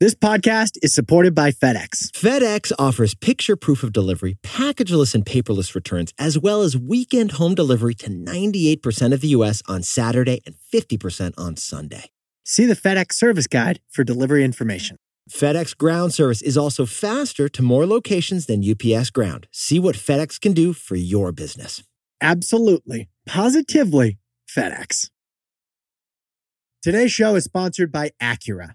This podcast is supported by FedEx. FedEx offers picture proof of delivery, packageless and paperless returns, as well as weekend home delivery to 98% of the U.S. on Saturday and 50% on Sunday. See the FedEx service guide for delivery information. FedEx Ground service is also faster to more locations than UPS Ground. See what FedEx can do for your business. Absolutely, positively, FedEx. Today's show is sponsored by Acura.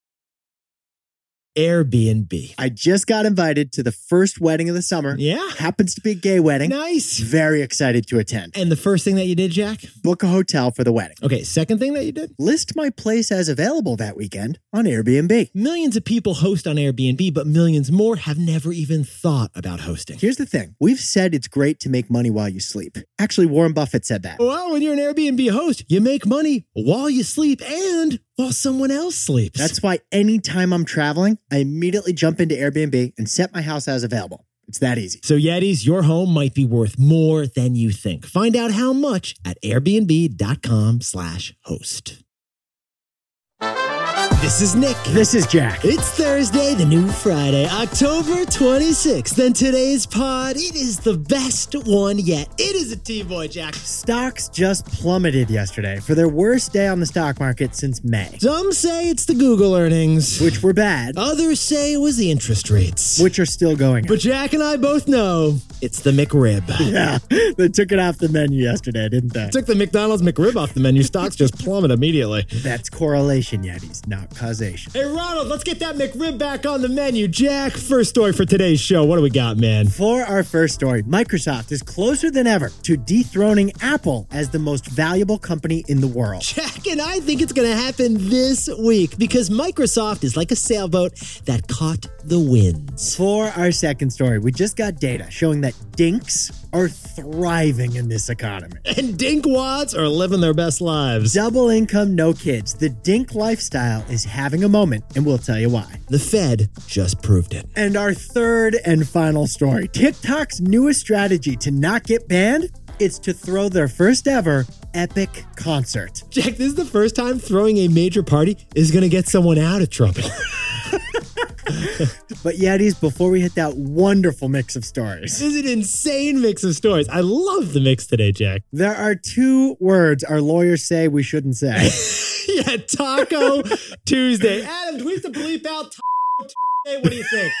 Airbnb. I just got invited to the first wedding of the summer. Yeah. Happens to be a gay wedding. Nice. Very excited to attend. And the first thing that you did, Jack? Book a hotel for the wedding. Okay, second thing that you did? List my place as available that weekend on Airbnb. Millions of people host on Airbnb, but millions more have never even thought about hosting. Here's the thing we've said it's great to make money while you sleep. Actually, Warren Buffett said that. Well, when you're an Airbnb host, you make money while you sleep and while someone else sleeps. That's why anytime I'm traveling, I immediately jump into Airbnb and set my house as available. It's that easy. So, Yetis, your home might be worth more than you think. Find out how much at airbnb.com/slash host. This is Nick. This is Jack. It's Thursday, the new Friday, October 26th. And today's pod, it is the best one yet. It is a T-Boy Jack. Stocks just plummeted yesterday for their worst day on the stock market since May, Some say it's the Google earnings. which were bad, Others say it was the interest rates. which are still going up. but Jack and I both know it's the McRib. Yeah, they took it off the menu yesterday, didn't they? Took the McDonald's McRib off the menu. Stocks just plummet immediately. That's correlation, Yetis, not causation. Hey, Ronald, let's get that McRib back on the menu. Jack, first story for today's show. What do we got, man? For our first story, Microsoft is closer than ever to dethroning Apple as the most valuable company in the world. Jack and I think it's going to happen this week because Microsoft is like a sailboat that caught the winds. For our second story, we just got data showing that dinks are thriving in this economy. And dinkwads are living their best lives. Double income, no kids. The dink lifestyle is having a moment, and we'll tell you why. The Fed just proved it. And our third and final story TikTok's newest strategy to not get banned is to throw their first ever epic concert. Jack, this is the first time throwing a major party is going to get someone out of trouble. But Yetis, before we hit that wonderful mix of stories, This is an insane mix of stories. I love the mix today, Jack. there are two words our lawyers say we shouldn't say. yeah, Taco Tuesday. Adam, do we have to bleep out Taco Tuesday? What do you think?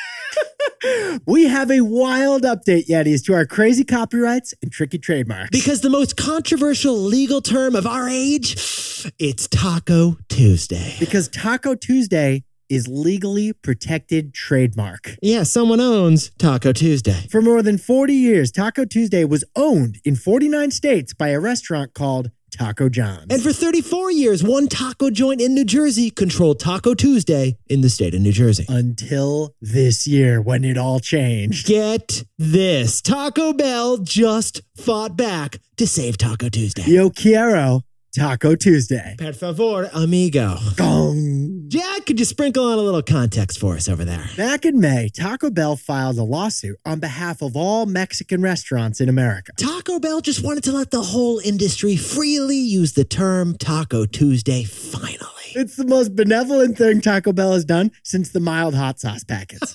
We have a wild update, Yetis, to our crazy copyrights and tricky trademarks. Because the most controversial legal term of our age, it's Taco Tuesday. because Taco Tuesday is legally protected trademark. Yeah, someone owns Taco Tuesday. For more than 40 years, Taco Tuesday was owned in 49 states by a restaurant called Taco John's. And for 34 years, one taco joint in New Jersey controlled Taco Tuesday in the state of New Jersey. until this year when it all changed. Get this Taco Bell just fought back to save Taco Tuesday. Yo quiero Taco Tuesday. Per favor, amigo. Gong. Jack, could you sprinkle on a little context for us over there? Back in May, Taco Bell filed a lawsuit on behalf of all Mexican restaurants in America. Taco Bell just wanted to let the whole industry freely use the term Taco Tuesday finally. It's the most benevolent thing Taco Bell has done since the mild hot sauce packets.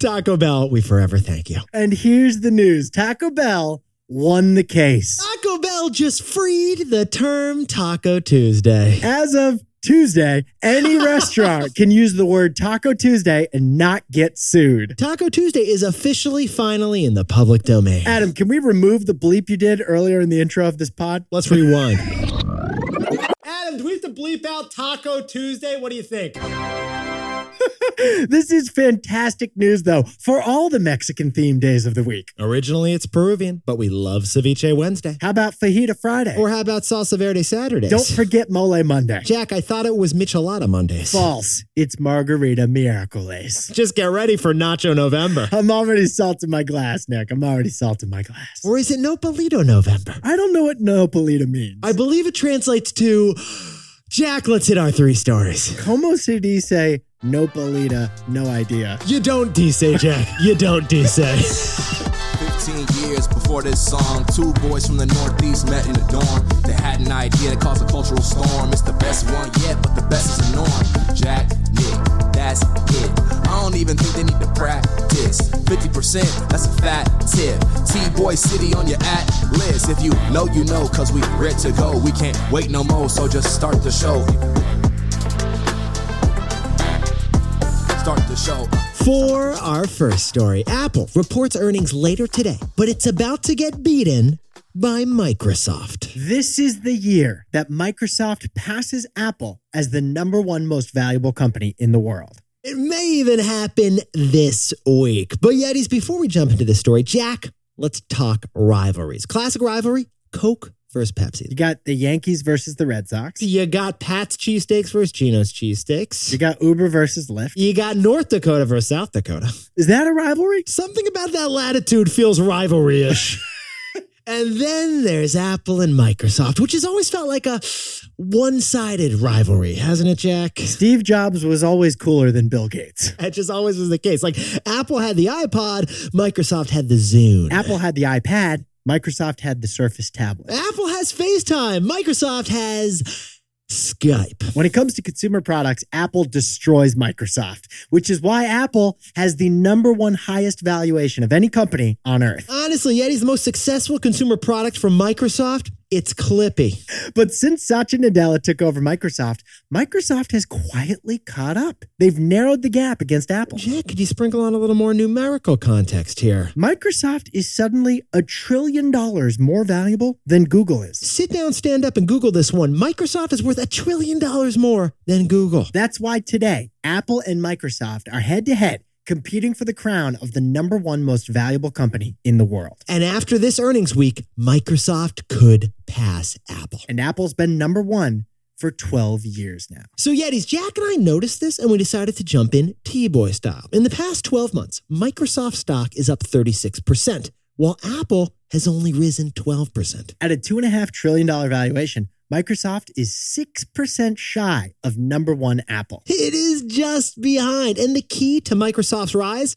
Taco Bell, we forever thank you. and here's the news Taco Bell won the case. Taco Bell just freed the term Taco Tuesday. As of Tuesday, any restaurant can use the word Taco Tuesday and not get sued. Taco Tuesday is officially finally in the public domain. Adam, can we remove the bleep you did earlier in the intro of this pod? Let's rewind. Adam, do we have to bleep out Taco Tuesday? What do you think? this is fantastic news, though, for all the Mexican themed days of the week. Originally, it's Peruvian, but we love ceviche Wednesday. How about Fajita Friday? Or how about salsa verde Saturdays? Don't forget Mole Monday. Jack, I thought it was michelada Mondays. False. It's Margarita Miracoles. Just get ready for Nacho November. I'm already salting my glass, Nick. I'm already salting my glass. Or is it Nopalito November? I don't know what Nopalita means. I believe it translates to Jack, let's hit our three stories. Como se dice Nopalita? No idea. You don't DC, Jack. You don't DC. 15 years before this song, two boys from the Northeast met in the dorm. They had an idea that caused a cultural storm. It's the best one yet, but the best is the norm. Jack, Nick, that's it. I don't even think they need to practice. 50%, that's a fat tip. T-Boy City on your at list. If you know, you know, cause we ready to go. We can't wait no more, so just start the show. Start the show. For our first story, Apple reports earnings later today, but it's about to get beaten by Microsoft. This is the year that Microsoft passes Apple as the number one most valuable company in the world. It may even happen this week. But, Yetis, before we jump into this story, Jack, let's talk rivalries. Classic rivalry Coke versus Pepsi. You got the Yankees versus the Red Sox. You got Pat's cheesesteaks versus Gino's cheesesteaks. You got Uber versus Lyft. You got North Dakota versus South Dakota. Is that a rivalry? Something about that latitude feels rivalry ish. and then there's Apple and Microsoft, which has always felt like a one sided rivalry, hasn't it, Jack? Steve Jobs was always cooler than Bill Gates. That just always was the case. Like Apple had the iPod, Microsoft had the Zune. Apple had the iPad, Microsoft had the Surface tablet. Apple has FaceTime, Microsoft has Skype. When it comes to consumer products, Apple destroys Microsoft, which is why Apple has the number one highest valuation of any company on earth. Honestly, Yeti's the most successful consumer product from Microsoft. It's Clippy. But since Satya Nadella took over Microsoft, Microsoft has quietly caught up. They've narrowed the gap against Apple. Jack, could you sprinkle on a little more numerical context here? Microsoft is suddenly a trillion dollars more valuable than Google is. Sit down, stand up, and Google this one. Microsoft is worth a trillion dollars more than Google. That's why today, Apple and Microsoft are head to head competing for the crown of the number one most valuable company in the world. And after this earnings week, Microsoft could pass Apple. And Apple's been number one for 12 years now. So, Yetis, Jack and I noticed this and we decided to jump in T Boy style. In the past 12 months, Microsoft stock is up 36%, while Apple has only risen 12%. At a $2.5 trillion valuation, Microsoft is 6% shy of number one Apple. It is just behind. And the key to Microsoft's rise?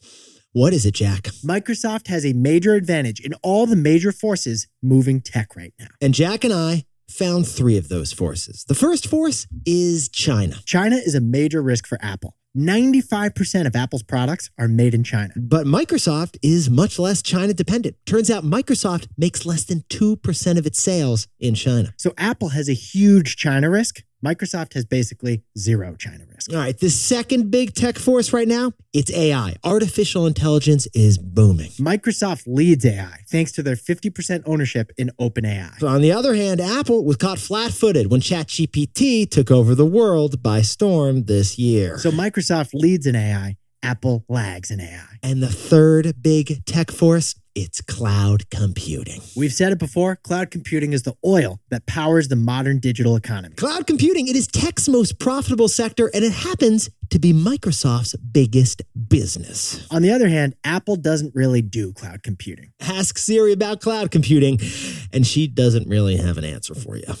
What is it, Jack? Microsoft has a major advantage in all the major forces moving tech right now. And Jack and I found three of those forces. The first force is China. China is a major risk for Apple. 95% of Apple's products are made in China. But Microsoft is much less China dependent. Turns out Microsoft makes less than 2% of its sales in China. So Apple has a huge China risk. Microsoft has basically zero China risk. All right, the second big tech force right now, it's AI. Artificial intelligence is booming. Microsoft leads AI thanks to their 50% ownership in OpenAI. So on the other hand, Apple was caught flat-footed when ChatGPT took over the world by storm this year. So Microsoft leads in AI, Apple lags in AI. and the third big tech force, it's cloud computing. We've said it before cloud computing is the oil that powers the modern digital economy. Cloud computing, it is tech's most profitable sector and it happens to be Microsoft's biggest business. On the other hand, Apple doesn't really do cloud computing. ask Siri about cloud computing, and she doesn't really have an answer for you.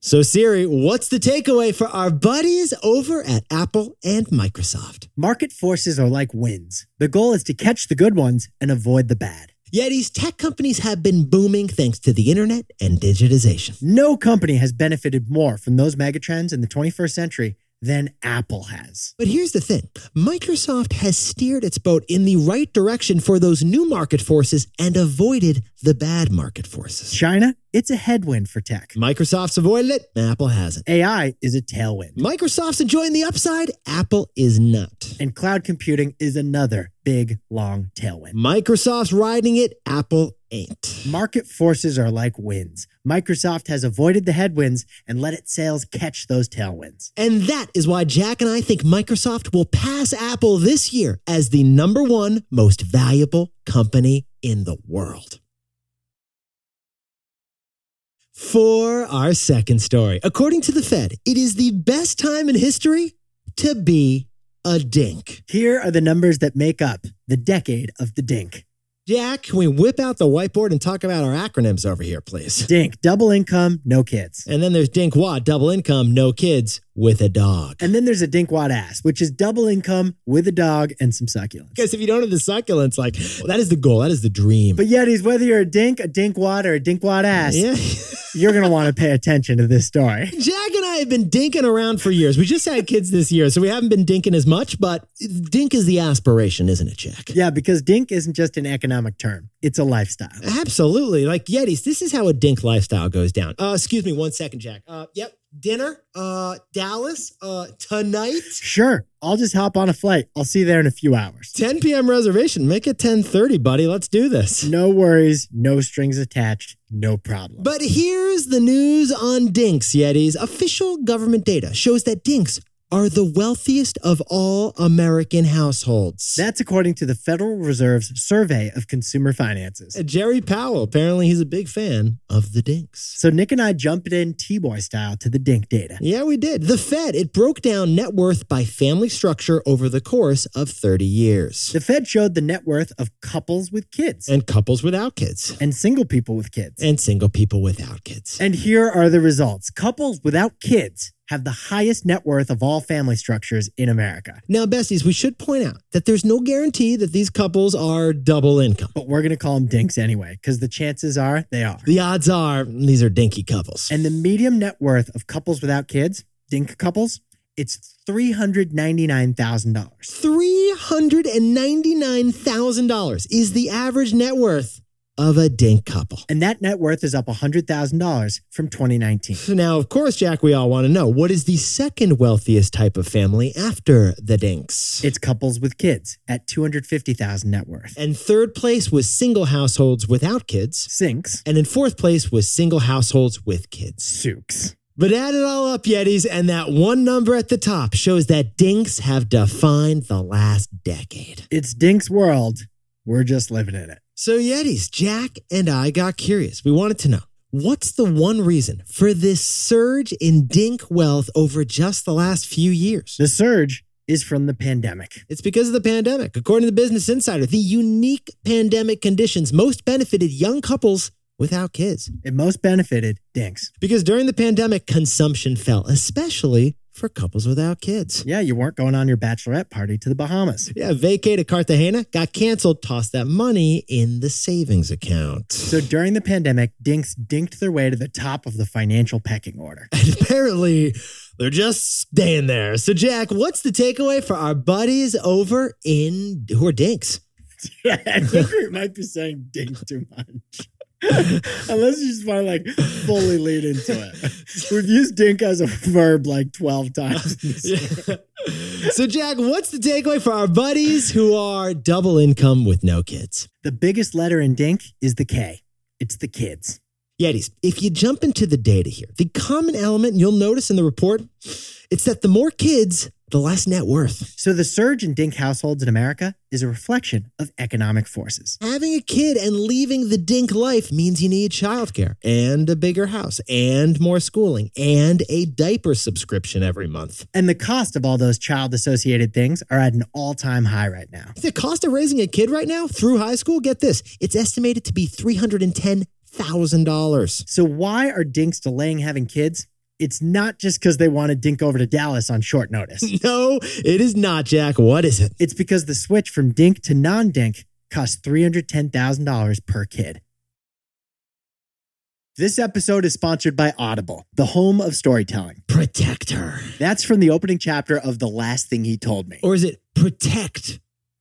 So, Siri, what's the takeaway for our buddies over at Apple and Microsoft? Market forces are like winds. The goal is to catch the good ones and avoid the bad. Yeti's tech companies have been booming thanks to the internet and digitization. No company has benefited more from those megatrends in the 21st century than Apple has. But here's the thing Microsoft has steered its boat in the right direction for those new market forces and avoided the bad market forces. China, it's a headwind for tech. Microsoft's avoided it, Apple hasn't. AI is a tailwind. Microsoft's enjoying the upside, Apple is not. And cloud computing is another big, long tailwind. Microsoft's riding it, Apple ain't. Market forces are like winds. Microsoft has avoided the headwinds and let its sales catch those tailwinds. And that is why Jack and I think Microsoft will pass Apple this year as the number one most valuable company in the world. For our second story, according to the Fed, it is the best time in history to be a dink. Here are the numbers that make up the decade of the dink. Jack, can we whip out the whiteboard and talk about our acronyms over here, please? Dink, double income, no kids. And then there's Dink Wad, double income, no kids, with a dog. And then there's a dinkwad ass, which is double income with a dog and some succulents. Because if you don't have the succulents, like that is the goal, that is the dream. But Yetis, whether you're a dink, a dinkwad, or a dinkwad ass, yeah. you're going to want to pay attention to this story. Jack and I have been dinking around for years. We just had kids this year, so we haven't been dinking as much, but dink is the aspiration, isn't it, Jack? Yeah, because dink isn't just an economic term, it's a lifestyle. Absolutely. Like Yetis, this is how a dink lifestyle goes down. Uh, excuse me one second, Jack. Uh, yep. Dinner, uh, Dallas, uh, tonight. Sure, I'll just hop on a flight. I'll see you there in a few hours. 10 p.m. reservation. Make it 10:30, buddy. Let's do this. No worries, no strings attached, no problem. But here's the news on dinks, Yetis. Official government data shows that dinks are the wealthiest of all American households. that's according to the Federal Reserve's survey of consumer finances. Uh, Jerry Powell, apparently he's a big fan of the dinks. So Nick and I jumped in T-boy style to the dink data. Yeah, we did. The Fed, it broke down net worth by family structure over the course of 30 years. The Fed showed the net worth of couples with kids And couples without kids. and single people with kids. And single people without kids. And here are the results. Couples without kids have the highest net worth of all family structures in America. Now, besties, we should point out that there's no guarantee that these couples are double income. But we're going to call them dinks anyway, because the chances are they are. The odds are these are dinky couples. And the medium net worth of couples without kids, dink couples, it's $399,000. $399,000 is the average net worth of a dink couple. And that net worth is up $100,000 from 2019. Now, of course, Jack, we all want to know what is the second wealthiest type of family after the dinks? It's couples with kids at 250,000 net worth. And third place was single households without kids. Sinks, And in fourth place was single households with kids. sooks. But add it all up, Yetis, and that one number at the top shows that dinks have defined the last decade. It's Dink's world. We're just living in it. So, Yetis, Jack and I got curious. We wanted to know what's the one reason for this surge in dink wealth over just the last few years? The surge is from the pandemic. It's because of the pandemic. According to the Business Insider, the unique pandemic conditions most benefited young couples without kids. It most benefited Dinks. Because during the pandemic, consumption fell, especially for couples without kids. Yeah, you weren't going on your bachelorette party to the Bahamas. Yeah, vacate at Cartagena got canceled, tossed that money in the savings account. So during the pandemic, Dinks dinked their way to the top of the financial pecking order. And apparently, they're just staying there. So, Jack, what's the takeaway for our buddies over in who are dinks? Yeah, I think we might be saying dink too much. Unless you just want to like fully lean into it. We've used dink as a verb like 12 times. so, Jack, what's the takeaway for our buddies who are double income with no kids? The biggest letter in dink is the K. It's the kids. Yetis, if you jump into the data here, the common element you'll notice in the report, it's that the more kids, the less net worth. So the surge in dink households in America is a reflection of economic forces. Having a kid and leaving the dink life means you need childcare and a bigger house and more schooling and a diaper subscription every month. And the cost of all those child associated things are at an all time high right now. The cost of raising a kid right now through high school, get this, it's estimated to be $310,000. So why are dinks delaying having kids? It's not just because they want to dink over to Dallas on short notice. No, it is not, Jack. What is it? It's because the switch from dink to non dink costs $310,000 per kid. This episode is sponsored by Audible, the home of storytelling. Protect her. That's from the opening chapter of The Last Thing He Told Me. Or is it protect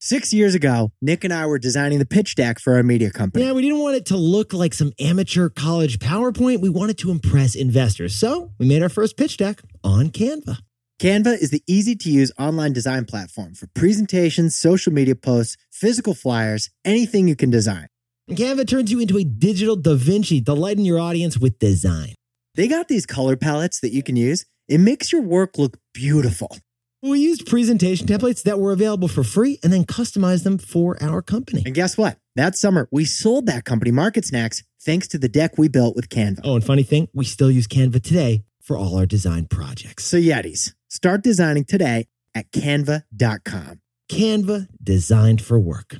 Six years ago, Nick and I were designing the pitch deck for our media company. Yeah, we didn't want it to look like some amateur college PowerPoint. We wanted to impress investors. So we made our first pitch deck on Canva. Canva is the easy to use online design platform for presentations, social media posts, physical flyers, anything you can design. Canva turns you into a digital Da Vinci, delighting your audience with design. They got these color palettes that you can use. It makes your work look beautiful. We used presentation templates that were available for free and then customized them for our company. And guess what? That summer, we sold that company, Market Snacks, thanks to the deck we built with Canva. Oh, and funny thing, we still use Canva today for all our design projects. So, Yetis, start designing today at canva.com. Canva designed for work.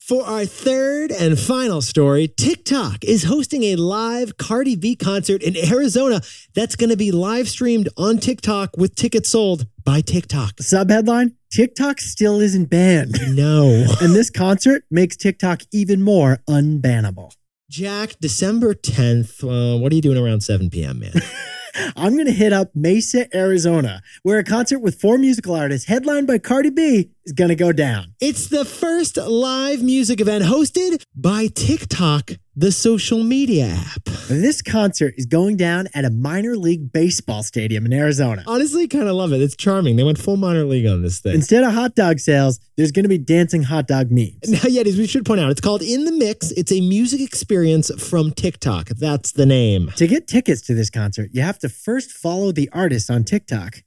For our third and final story, TikTok is hosting a live Cardi B concert in Arizona that's going to be live streamed on TikTok with tickets sold by TikTok. Sub headline TikTok still isn't banned. No. and this concert makes TikTok even more unbannable. Jack, December 10th, uh, what are you doing around 7 p.m., man? I'm going to hit up Mesa, Arizona, where a concert with four musical artists headlined by Cardi B is going to go down. It's the first live music event hosted by TikTok, the social media app. This concert is going down at a minor league baseball stadium in Arizona. Honestly, kind of love it. It's charming. They went full minor league on this thing. Instead of hot dog sales, there's going to be dancing hot dog memes. Now, Yetis, we should point out it's called In the Mix. It's a music experience from TikTok. That's the name. To get tickets to this concert, you have to first follow the artist on TikTok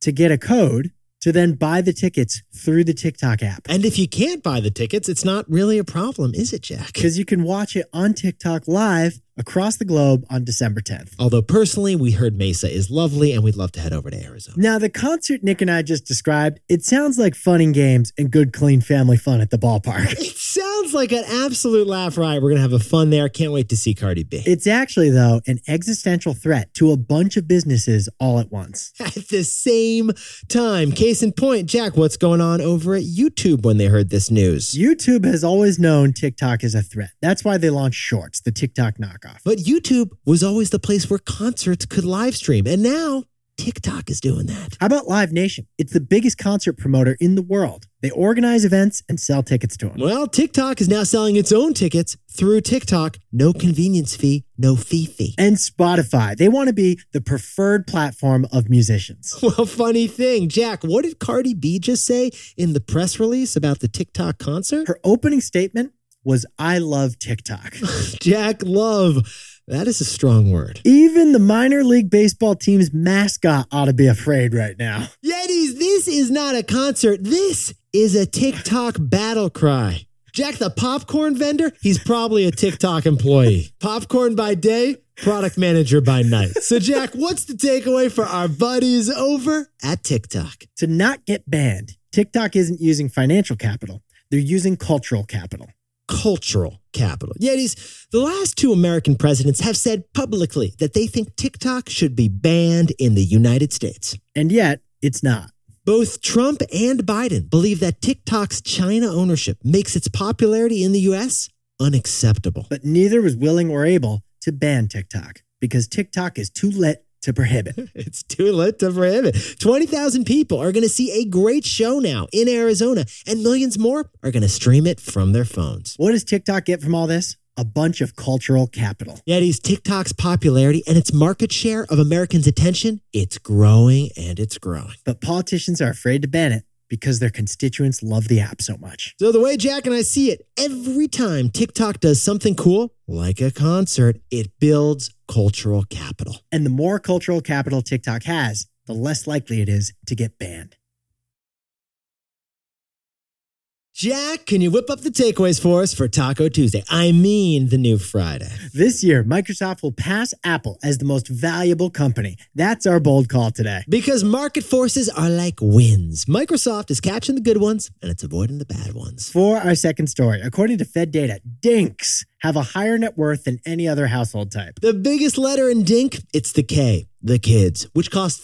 to get a code to then buy the tickets through the TikTok app. And if you can't buy the tickets, it's not really a problem, is it, Jack? Because you can watch it on TikTok live across the globe on December 10th. Although, personally, we heard Mesa is lovely and we'd love to head over to Arizona. Now, the concert Nick and I just described, it sounds like fun and games and good, clean family fun at the ballpark. It sounds like an absolute laugh riot. We're going to have a fun there. Can't wait to see Cardi B. It's actually, though, an existential threat to a bunch of businesses all at once. at the same time. Case in point, Jack, what's going on over at YouTube when they heard this news? YouTube has always known TikTok is a threat. That's why they launched Shorts, the TikTok knockoff. But YouTube was always the place where concerts could live stream. And now TikTok is doing that. How about Live Nation? It's the biggest concert promoter in the world. They organize events and sell tickets to them. Well, TikTok is now selling its own tickets through TikTok. No convenience fee, no fee fee. And Spotify, they want to be the preferred platform of musicians. Well, funny thing, Jack, what did Cardi B just say in the press release about the TikTok concert? Her opening statement was, I love TikTok. Jack Love. That is a strong word. Even the minor league baseball team's mascot ought to be afraid right now. Yetis, this is not a concert. This is a TikTok battle cry. Jack the popcorn vendor, he's probably a TikTok employee. popcorn by day, product manager by night. So, Jack, what's the takeaway for our buddies over at TikTok? To not get banned, TikTok isn't using financial capital, they're using cultural capital. Cultural capital. Yetis, the last two American presidents have said publicly that they think TikTok should be banned in the United States. And yet, it's not. Both Trump and Biden believe that TikTok's China ownership makes its popularity in the US unacceptable. But neither was willing or able to ban TikTok because TikTok is too lit to prohibit. It's too late to prohibit. 20,000 people are going to see a great show now in Arizona, and millions more are going to stream it from their phones. What does TikTok get from all this? A bunch of cultural capital. Yeti's TikTok's popularity and its market share of Americans' attention, it's growing and it's growing. But politicians are afraid to ban it because their constituents love the app so much. So, the way Jack and I see it, every time TikTok does something cool, like a concert, it builds cultural capital. And the more cultural capital TikTok has, the less likely it is to get banned. Jack, can you whip up the takeaways for us for Taco Tuesday? I mean, the new Friday. This year, Microsoft will pass Apple as the most valuable company. That's our bold call today. Because market forces are like winds. Microsoft is catching the good ones and it's avoiding the bad ones. For our second story, according to Fed data, dinks have a higher net worth than any other household type. The biggest letter in Dink, it's the K, the kids, which cost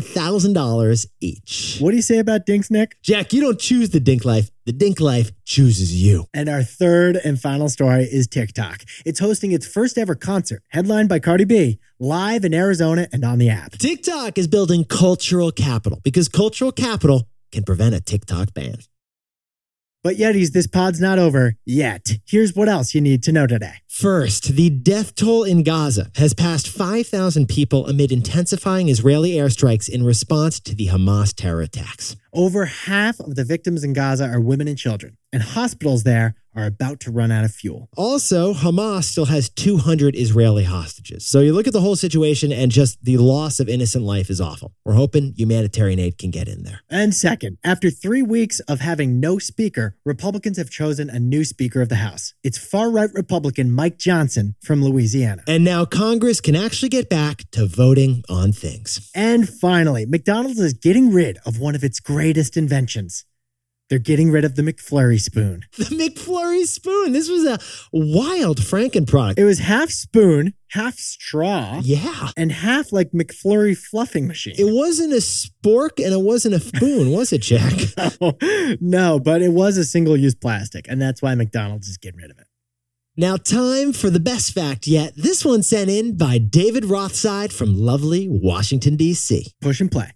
$310,000 each. What do you say about dinks, Nick? Jack, you don't choose the Dink life, the Dink life chooses you. And our third and final story is TikTok. It's hosting its first ever concert, headlined by Cardi B, live in Arizona and on the app. TikTok is building cultural capital because cultural capital can prevent a TikTok ban. But Yetis, this pod's not over yet. Here's what else you need to know today. First, the death toll in Gaza has passed 5,000 people amid intensifying Israeli airstrikes in response to the Hamas terror attacks. Over half of the victims in Gaza are women and children, and hospitals there are about to run out of fuel. Also, Hamas still has 200 Israeli hostages. So you look at the whole situation and just the loss of innocent life is awful. We're hoping humanitarian aid can get in there. And second, after three weeks of having no speaker, Republicans have chosen a new Speaker of the House. It's far right Republican Mike Johnson from Louisiana. And now Congress can actually get back to voting on things. And finally, McDonald's is getting rid of one of its greatest inventions. They're getting rid of the McFlurry spoon. The McFlurry spoon. This was a wild Franken product. It was half spoon, half straw, yeah. and half like McFlurry fluffing machine. It wasn't a spork and it wasn't a spoon, was it, Jack? no, but it was a single use plastic, and that's why McDonald's is getting rid of it. Now, time for the best fact yet. This one sent in by David Rothside from lovely Washington, D.C. Push and play.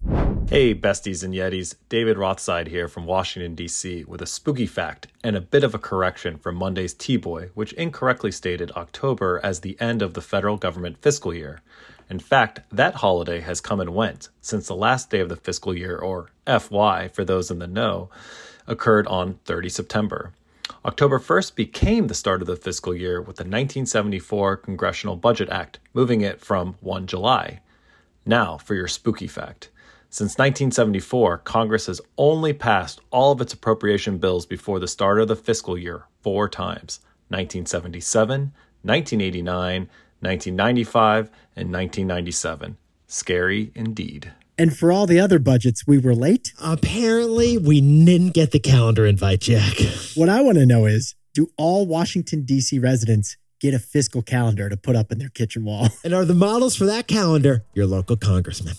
Hey, besties and Yetis, David Rothside here from Washington, D.C., with a spooky fact and a bit of a correction from Monday's T Boy, which incorrectly stated October as the end of the federal government fiscal year. In fact, that holiday has come and went since the last day of the fiscal year, or FY for those in the know, occurred on 30 September. October 1st became the start of the fiscal year with the 1974 Congressional Budget Act, moving it from 1 July. Now for your spooky fact. Since 1974, Congress has only passed all of its appropriation bills before the start of the fiscal year four times 1977, 1989, 1995, and 1997. Scary indeed. And for all the other budgets, we were late. Apparently, we didn't get the calendar invite, Jack. What I want to know is do all Washington, D.C. residents get a fiscal calendar to put up in their kitchen wall? And are the models for that calendar your local congressman?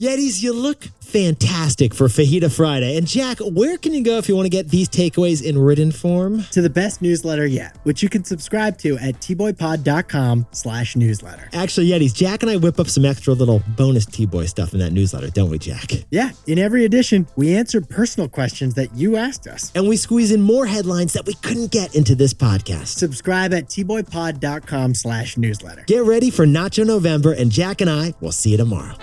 Yetis, you look fantastic for Fajita Friday. And Jack, where can you go if you want to get these takeaways in written form? to the best newsletter yet, which you can subscribe to at tboypod.com slash newsletter. Actually, Yetis, Jack and I whip up some extra little bonus T Boy stuff in that newsletter, don't we, Jack? Yeah, in every edition, we answer personal questions that you asked us. And we squeeze in more headlines that we couldn't get into this podcast. Subscribe at tboypod.com slash newsletter. Get ready for Nacho November, and Jack and I will see you tomorrow.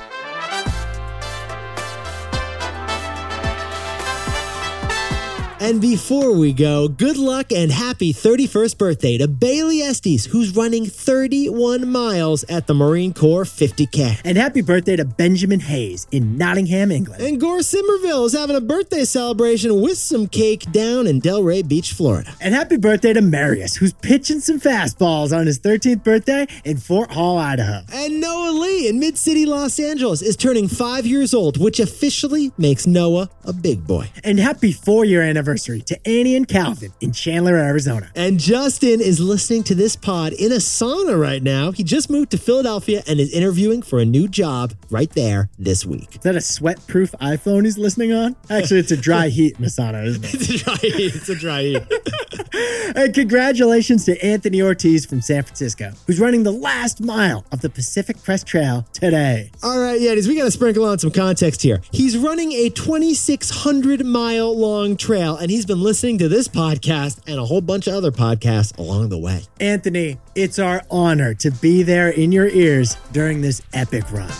And before we go, good luck and happy 31st birthday to Bailey Estes, who's running 31 miles at the Marine Corps 50K. And happy birthday to Benjamin Hayes in Nottingham, England. And Gore Simmerville is having a birthday delibration with some cake down in Delray Beach, Florida. And happy birthday to Marius, who's pitching some fastballs on his 13th birthday in Fort Hall, Idaho. And Noah Lee in Mid City, Los Angeles is turning five years old, which officially makes Noah a big boy. And happy four-year anniversary to Annie and Calvin in Chandler, Arizona. And Justin is listening to this pod in a sauna right now. He just moved to Philadelphia and is interviewing for a new job right there this week. Is that a sweat-proof iPhone he's listening on? Actually, it's a dry heat Masana, isn't it? It's a dry heat. It's a dry heat. And congratulations to Anthony Ortiz from San Francisco, who's running the last mile of the Pacific Crest Trail today. All right, Yetis, we got to sprinkle on some context here. He's running a 2,600 mile long trail, and he's been listening to this podcast and a whole bunch of other podcasts along the way. Anthony, it's our honor to be there in your ears during this epic run.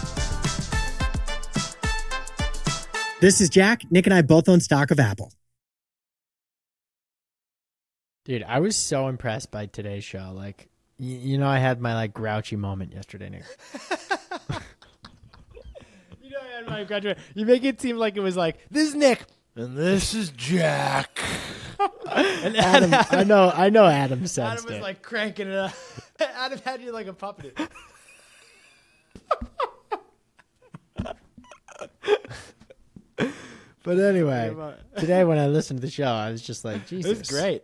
This is Jack. Nick and I both own stock of Apple. Dude, I was so impressed by today's show. Like, y- you know, I had my like grouchy moment yesterday, Nick. you know, I had my grouchy. You make it seem like it was like this is Nick. And this is Jack. And Adam, I know, I know. Adam sensed it. like cranking it up. Adam had you like a puppet. but anyway, today when I listened to the show, I was just like, Jesus, great.